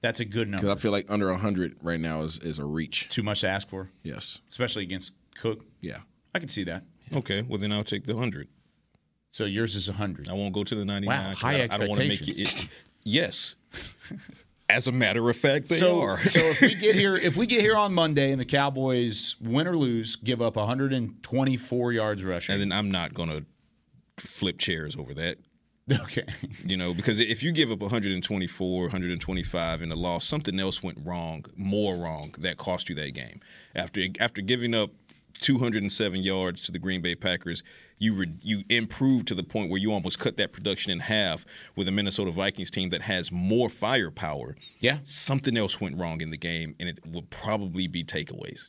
That's a good Because number. I feel like under 100 right now is is a reach. Too much to ask for, Yes. especially against Cook. Yeah. I can see that. Okay. Well, then I'll take the hundred. So yours is 100. I won't go to the 99. Wow, 'cause high I, I don't wanna make you- expectations. it- yes. As a matter of fact, they So, are. so if we get here, if we get here on Monday and the Cowboys win or lose, give up 124 yards and rushing. then I'm not going to flip chairs over that. okay. You know, because if you give up 124, 125 in a loss, something else went wrong, more wrong, that cost you that game. After after giving up 207 yards to the Green Bay Packers, you re, you improved to the point where you almost cut that production in half with a Minnesota Vikings team that has more firepower. Yeah. something else went wrong in the game, and it will probably be takeaways.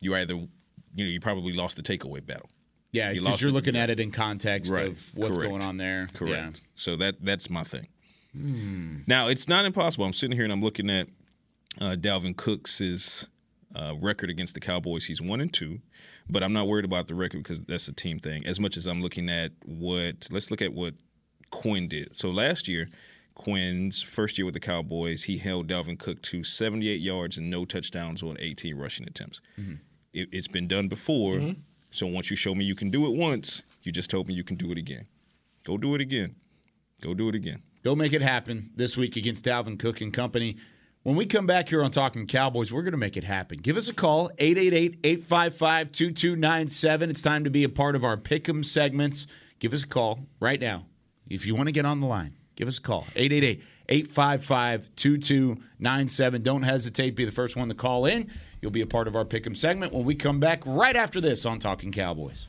You either you know you probably lost the takeaway battle. Yeah, You because lost you're it. looking at it in context Right. of what's Correct. going on there. Correct. So that that's my thing. Now it's not impossible. I'm sitting here and I'm looking at uh, Dalvin Cooks's uh, record against the Cowboys. He's one and two, but I'm not worried about the record because that's a team thing. As much as I'm looking at what, let's look at what Quinn did. So last year, Quinn's first year with the Cowboys, he held Dalvin Cook to 78 yards and no touchdowns on 18 rushing attempts. It, it's been done before. So once you show me you can do it once, you just told me you can do it again. Go do it again. Go do it again. Go make it happen this week against Dalvin Cook and company. When we come back here on Talking Cowboys, we're going to make it happen. Give us a call, 888 855 2297. It's time to be a part of our pick 'em segments. Give us a call right now. If you want to get on the line, give us a call, 888 855 2297. Don't hesitate, be the first one to call in. You'll be a part of our pick 'em segment when we come back right after this on Talking Cowboys.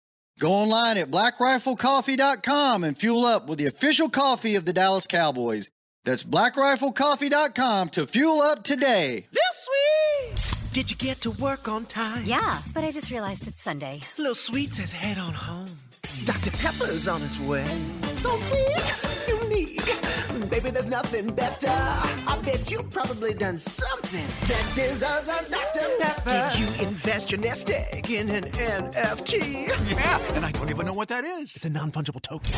Go online at blackriflecoffee.com and fuel up with the official coffee of the Dallas Cowboys. That's blackriflecoffee.com to fuel up today. This week! Did you get to work on time? Yeah, but I just realized it's Sunday. Little Sweet says head on home. Dr. Pepper's on its way. So sweet, unique. Baby, there's nothing better. I bet you probably done something that deserves a Dr. Pepper. Did you invest your nest egg in an NFT? Yeah, and I don't even know what that is. It's a non-fungible token.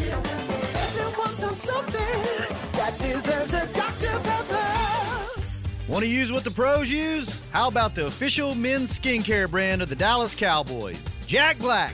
Everyone's done something that deserves a Dr. Pepper. Want to use what the pros use? How about the official men's skincare brand of the Dallas Cowboys, Jack Black?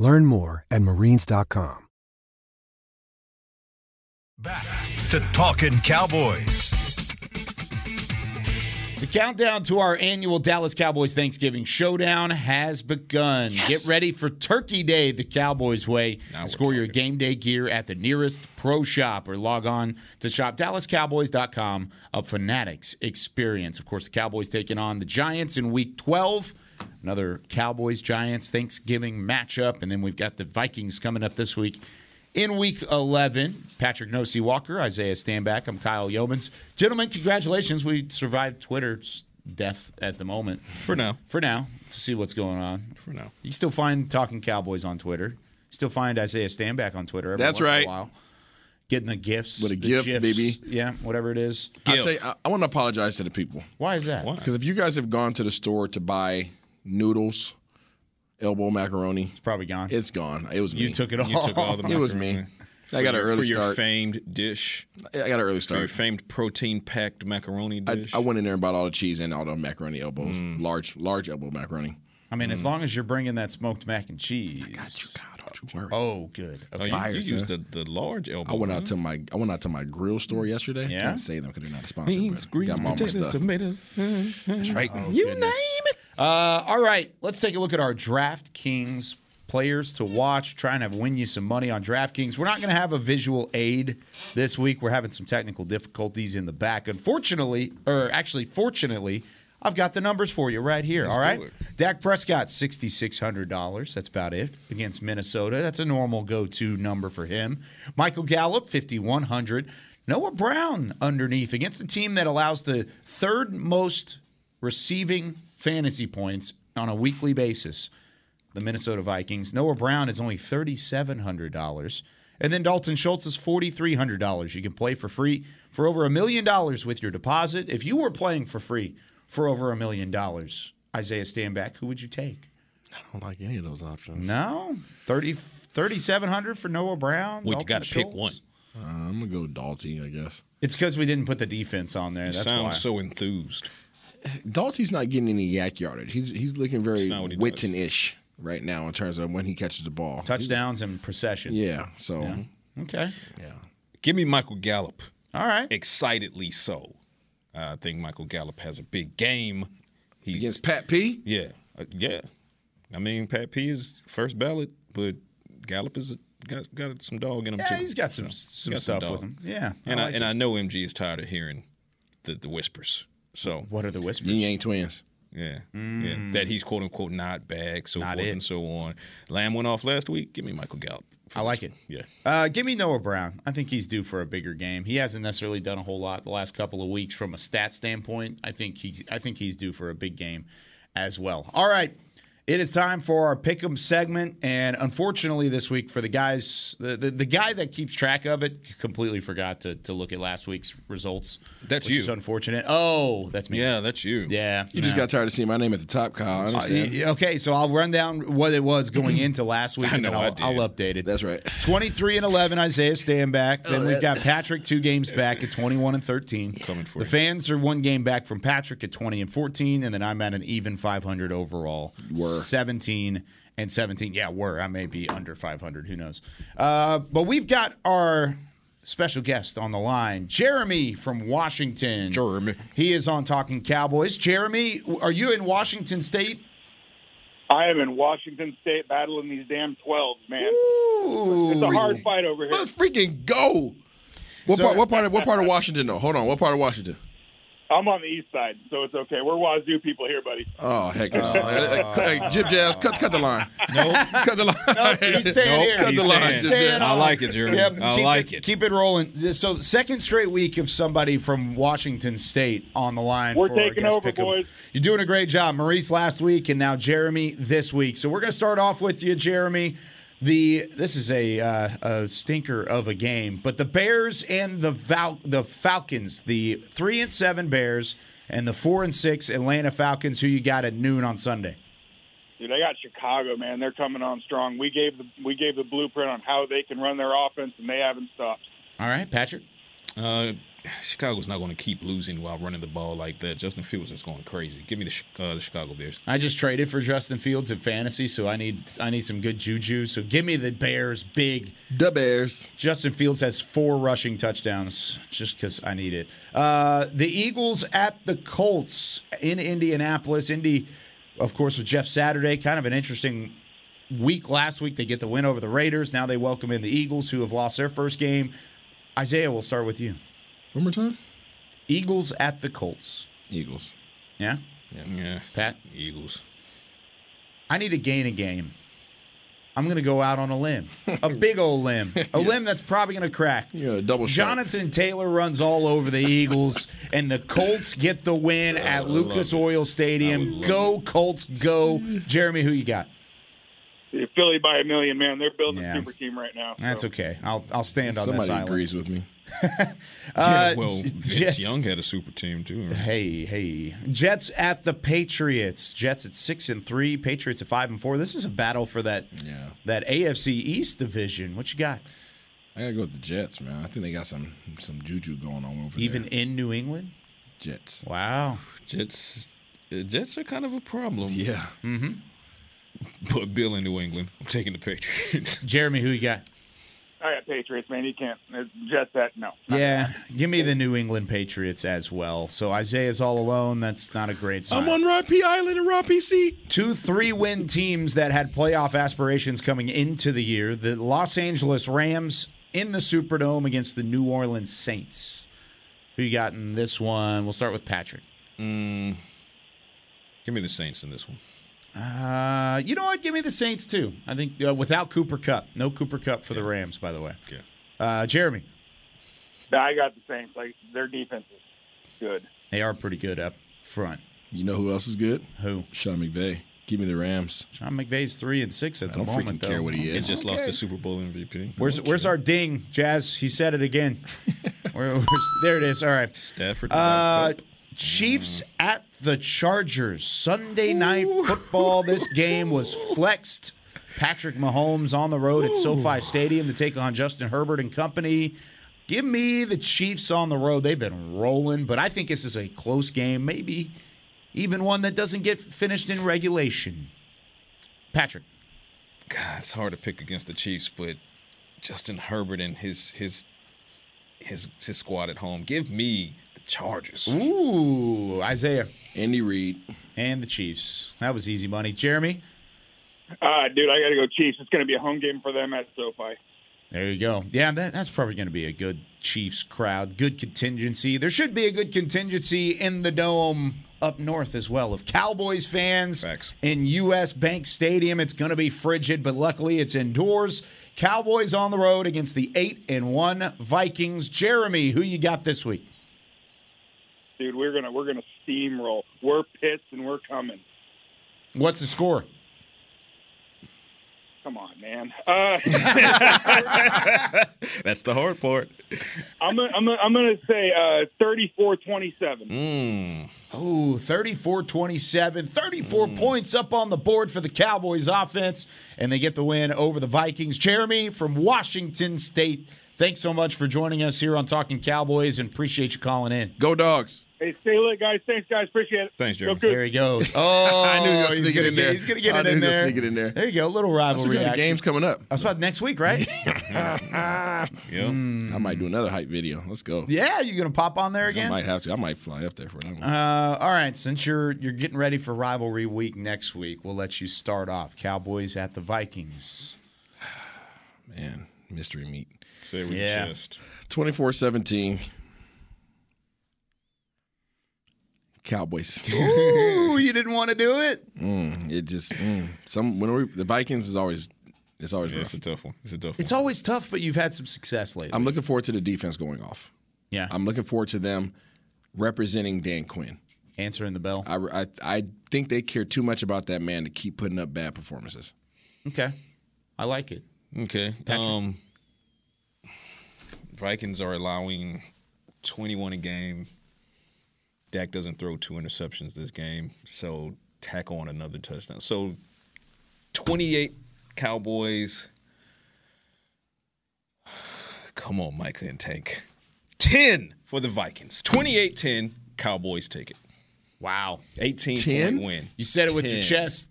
Learn more at marines.com. Back to Talking Cowboys. The countdown to our annual Dallas Cowboys Thanksgiving Showdown has begun. Get ready for Turkey Day the Cowboys way. Now we're Score your talking. game day gear at the nearest pro shop or log on to shopdallascowboys.com. A Fanatics experience. Of course, the Cowboys taking on the Giants in week 12. Another Cowboys Giants Thanksgiving matchup. And then we've got the Vikings coming up this week. In week 11, Patrick Nosey Walker, Isaiah Standback, I'm Kyle Yeomans. Gentlemen, congratulations. We survived Twitter's death at the moment For now. for now to see what's going on. For now. You can still find Talking Cowboys on Twitter. Still find Isaiah Standback on Twitter every That's once right. in a while. Getting the gifts. With a the gift, gifs, baby. Yeah, whatever it is. I tell you, I, I want to apologize to the people Why is that? Why? because if you guys have gone to the store to buy noodles, elbow macaroni, It's probably gone. it's gone. It was me. you took it all. You took all the It was me. macaroni. I got an For your- early for your start. famed dish, I got an early for your start. famed protein-packed macaroni I, dish. I went in there and bought all the cheese and all the macaroni elbows, large, large elbow macaroni. I mean, as long as you're bringing that smoked mac and cheese. God, don't Mm. you worry. Oh, good. Oh, you, Fire, you son. used the, the large elbow. I went huh? out to my I went out to my grill store yesterday. Yeah? Can't say them because they're not a sponsor. but got my stuff. tomatoes. That's right. You name it. Uh, all right, let's take a look at our DraftKings players to watch. Trying to win you some money on DraftKings. We're not going to have a visual aid this week. We're having some technical difficulties in the back. Unfortunately, or actually, fortunately, I've got the numbers for you right here. all right. Dak Prescott, $6,600. That's about it against Minnesota. That's a normal go to number for him. Michael Gallup, 5,100. Noah Brown underneath against the team that allows the third most receiving fantasy points on a weekly basis, the Minnesota Vikings. Noah Brown is only $3,700. And then Dalton Schultz is $4,300. You can play for free for over a million dollars with your deposit. If you were playing for free for over a million dollars, Isaiah Standback, who would you take? I don't like any of those options. No? 30, 3700 for Noah Brown? Well, you Dalton gotta pick Schultz? one. Uh, I'm gonna go Dalty, I guess. It's because we didn't put the defense on there. You That's sound why. so enthused. Dalty's not getting any yak yardage. He's he's looking very That's not what he does. Witten-ish right now in terms of when he catches the ball. Touchdowns and procession. Yeah. So Okay. Give me Michael Gallup. All right. Excitedly so. I think Michael Gallup has a big game. He's, against Pat P. Yeah, Uh, yeah. I mean, Pat P is first ballot, but Gallup is got got some dog in him too. Yeah, he's got some, So, some got stuff with dog. him. Yeah. and I, like and it. I know MG is tired of hearing the, the whispers. So what are the whispers? Yin Yang Twins. yeah, yeah, that he's quote unquote not back, so Not forth it. and so on. Lamb went off last week. Give me Michael Gallup. I like it. Yeah, Uh, give me Noah Brown. I think he's due for a bigger game. He hasn't necessarily done a whole lot the last couple of weeks from a stat standpoint. I think he's I think he's due for a big game as well. All right. It is time for our pick'em segment, and unfortunately, this week for the guys, the, the, the guy that keeps track of it completely forgot to, to look at last week's results. That's which you. is unfortunate. Oh, that's me. yeah, that's you. yeah. You just no. got tired of seeing my name at the top, Kyle. I Uh, understand. y- Okay, so I'll run down what it was going into last week, I and then know I I'll, did. I'll update it. That's right. 23 and 11, Isaiah staying back. Then we've got Patrick two games back at 21 and 13. Oh, Coming for the you. fans are one game back from Patrick at 20 and 14, and then I'm at an even 500 overall. Were. 17 and 17. Yeah, were. I may be under 500. Who knows? Uh, but we've got our special guest on the line, Jeremy from Washington. Jeremy. He is on Talking Cowboys. Jeremy, are you in Washington State? I am in Washington State battling these damn 12s, man. It's a hard fight over here. Let's freaking go. What So- part? What part? Of, what part of Washington? though? hold on. What part of Washington? I'm on the east side, so it's okay. We're Wazoo people here, buddy. Oh heck no! hey, hey, Jib Jabs, cut, cut the line. No, cut the line. he's staying Nope, here. Cut he's the line. staying. Jib Staying Jabs. I like it, Jeremy. Yep, I keep like it. Keep it rolling. So, second straight week of somebody from Washington State on the line. We're for our taking guest over, pick 'em. boys. You're doing a great job, Maurice last week, and now Jeremy this week. So we're going to start off with you, Jeremy. The this is a, uh, a stinker of a game, but the Bears and the Val- the Falcons, the three and seven Bears and the four and six Atlanta Falcons, who you got at noon on Sunday. Dude, I got Chicago, man. They're coming on strong. We gave the we gave the blueprint on how they can run their offense, and they haven't stopped. All right, Patrick. Uh, Chicago's not going to keep losing while running the ball like that. Justin Fields is going crazy. Give me the, Chi- uh, the Chicago Bears. I just traded for Justin Fields in fantasy, so I need I need some good juju. So give me the Bears big. The Bears. Justin Fields has four rushing touchdowns just because I need it. Uh, the Eagles at the Colts in Indianapolis. Indy, of course, with Jeff Saturday, kind of an interesting week last week. They get the win over the Raiders. Now they welcome in the Eagles, who have lost their first game. Isaiah, we'll start with you. One more time. Eagles at the Colts. Eagles. Yeah? Yeah. Pat? Eagles. I need to gain a game. I'm going to go out on a limb, a big old limb, a limb that's probably going to crack. Yeah, a double strike. Jonathan Taylor runs all over the Eagles, and the Colts get the win at Lucas Oil Stadium. Go Colts, go! Jeremy, who you got? Philly by a million, man. They're building Yeah. a super team right now. so. That's okay. I'll I'll stand on this Somebody island. agrees with me. Uh, well, J- Vince Jets- Young had a super team too. Hey, hey. Jets at the Patriots. Jets at six and three. Patriots at five and four. This is a battle for that Yeah. that AFC East division. What you got? I gotta go with the Jets, man. I think they got some some juju going on over Even there. in New England? Jets. Wow. Jets. uh, Jets are kind of a problem. Yeah. Hmm. But Bill in New England, I'm taking the Patriots. Jeremy, who you got? I got Patriots, man. You can't just that. No. Yeah, give me the New England Patriots as well. So Isaiah's all alone. That's not a great sign. I'm on Rod P Island and Rod P Seat. Two three win teams that had playoff aspirations coming into the year the Los Angeles Rams in the Superdome against the New Orleans Saints. Who you got in this one? We'll start with Patrick. Give me the Saints in this one. Uh, you know what? Give me the Saints too. I think uh, without Cooper Cup, no Cooper Cup for the Rams, by the way. Okay. Uh, Jeremy, I got the Saints. Like their defense is good. they are pretty good up front. You know who else is good? Who? Sean McVay. Give me the Rams. Sean McVay's three and six at I the don't moment. freaking Though. care what he It is. just lost to Super Bowl MVP. Where's Where's our ding, Jazz? He said it again. Where- where's- there it is. All right. Stafford. Uh, Chiefs at the Chargers. Sunday night football. This game was flexed. Patrick Mahomes on the road at SoFi Stadium to take on Justin Herbert and company. Give me the Chiefs on the road. They've been rolling, but I think this is a close game, maybe even one that doesn't get finished in regulation. Patrick. God, it's hard to pick against the Chiefs, but Justin Herbert and his his his his squad at home. Give me the Chargers. Ooh, Isaiah Andy Reid. and the Chiefs. That was easy money. Jeremy. Uh, dude, I got to go Chiefs. It's going to be a home game for them at SoFi. There you go. Yeah, that, that's probably going to be a good Chiefs crowd, good contingency. There should be a good contingency in the dome up north as well of Cowboys fans Facts. in U.S. Bank Stadium. It's going to be frigid, but luckily it's indoors. Cowboys on the road against the eight and one Vikings. Jeremy, who you got this week? Dude, we're gonna we're gonna steamroll. We're pissed and we're coming. What's the score? Come on, man. Uh, That's the hard part. I'm gonna, I'm gonna, I'm gonna say uh, 34-27. Ooh, 34 27, 34 Mm. points up on the board for the Cowboys offense, and they get the win over the Vikings. Jeremy from Washington State, thanks so much for joining us here on Talking Cowboys and appreciate you calling in. Go dogs. Hey, stay lit, guys. Thanks, guys. Appreciate it. Thanks, Go Jeremy. Cougs. There he goes. Oh, I knew he was he's gonna gonna sneak it in get- there. Oh, He's going to get I it knew in he was there. gonna sneak it in there. There you go. A little That's what rivalry we got. The action. game's coming up. That's about next week, right? Yeah. Mm. I might do another hype video. Let's go. yeah, you going to pop on there I again? might have to. I might fly up there for that one. Uh, all right, since you're you're getting ready for rivalry week next week, we'll let you start off. Cowboys at the Vikings. Man, mystery meat. Say we Yeah. just 24 17. Cowboys. Ooh, you didn't want to do it? Mm, it just mm, some when we the Vikings is always it's always yeah, it's a rough. tough one. It's a tough It's one. always tough, but you've had some success lately. I'm looking forward to the defense going off. yeah, I'm looking forward to them representing Dan Quinn. answering the bell. I, I, I think they care too much about that man to keep putting up bad performances. Okay, I like it. okay. Um, Vikings are allowing 21 a game. Dak doesn't throw two interceptions this game, so tack on another touchdown. So 28 Cowboys. Come on, Micah and Tank. 10 for the Vikings. 28 10. Cowboys take it. Wow, 18 10? point win. you said it with your 10. chest.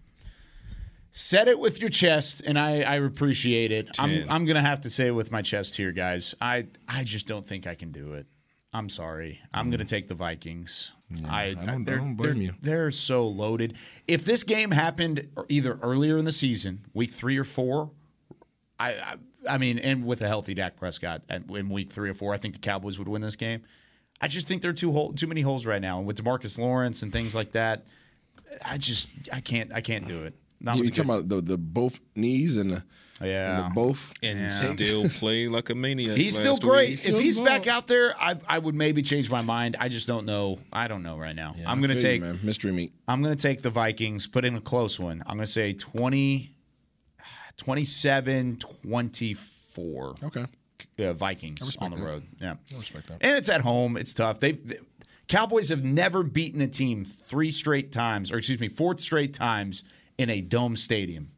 Said it with your chest, and I, I appreciate it. i I'm Ten. I'm gonna have to say it with my chest here, guys. I I just don't think I can do it. I'm sorry. I'm gonna take the Vikings. I, I don't- I they're, don't they're- blame you. They're so loaded. If this game happened e-, either earlier in the season, week three or four, I, I I mean, and with a healthy Dak Prescott at- in week three or four, I think the Cowboys would win this game. I just think there are too hole, too many holes right now, and with Demarcus Lawrence and things like that, I just I can't I can't do it. Not You with you the talking good- about the, the both knees and the, and yeah. the both. And still play like a maniac. He's last still week. great. He's if still he's ball. back out there, I, I would maybe change my mind. I just don't know. I don't know right now. I'm gonna Feel you, take man. mystery meat. I'm going to take the Vikings, put in a close one. I'm going to say 20, 27 24. Okay. Uh, Vikings on the road. Yeah. respect that. And it's at home. It's tough. They've. They, Cowboys have never beaten a team three straight times, or excuse me, four straight times in a dome stadium.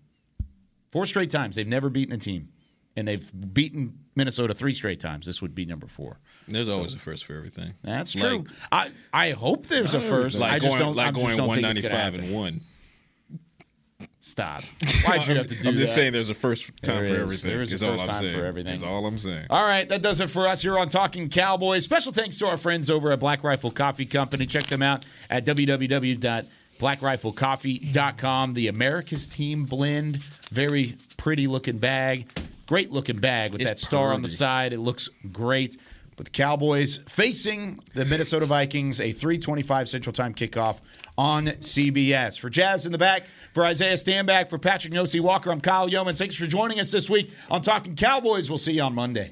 Four straight times. They've never beaten a team. And they've beaten Minnesota three straight times. This would be number four. There's always a first for everything. That's Like- true. I, I hope there's a first. Like I just going, don't like I just going don't think it's gonna 195 happen. and one. Stop. Why'd you have to do I'm that? just saying, there's a first time There for is. everything. There is a is all first I'm time for saying. everything. Is all I'm saying. All right, that does it for us here on Talking Cowboys. Special thanks to our friends over at Black Rifle Coffee Company. Check them out at www.blackriflecoffee.com. The America's Team blend, very pretty looking bag, great looking bag with that star on the pretty. side. It looks great. But the Cowboys facing the Minnesota Vikings, a 325 Central Time kickoff on CBS. For Jazz in the back, for Isaiah Standback, for Patrick Nosey Walker, I'm Kyle Yeomans. Thanks for joining us this week on Talking Cowboys. We'll see you on Monday.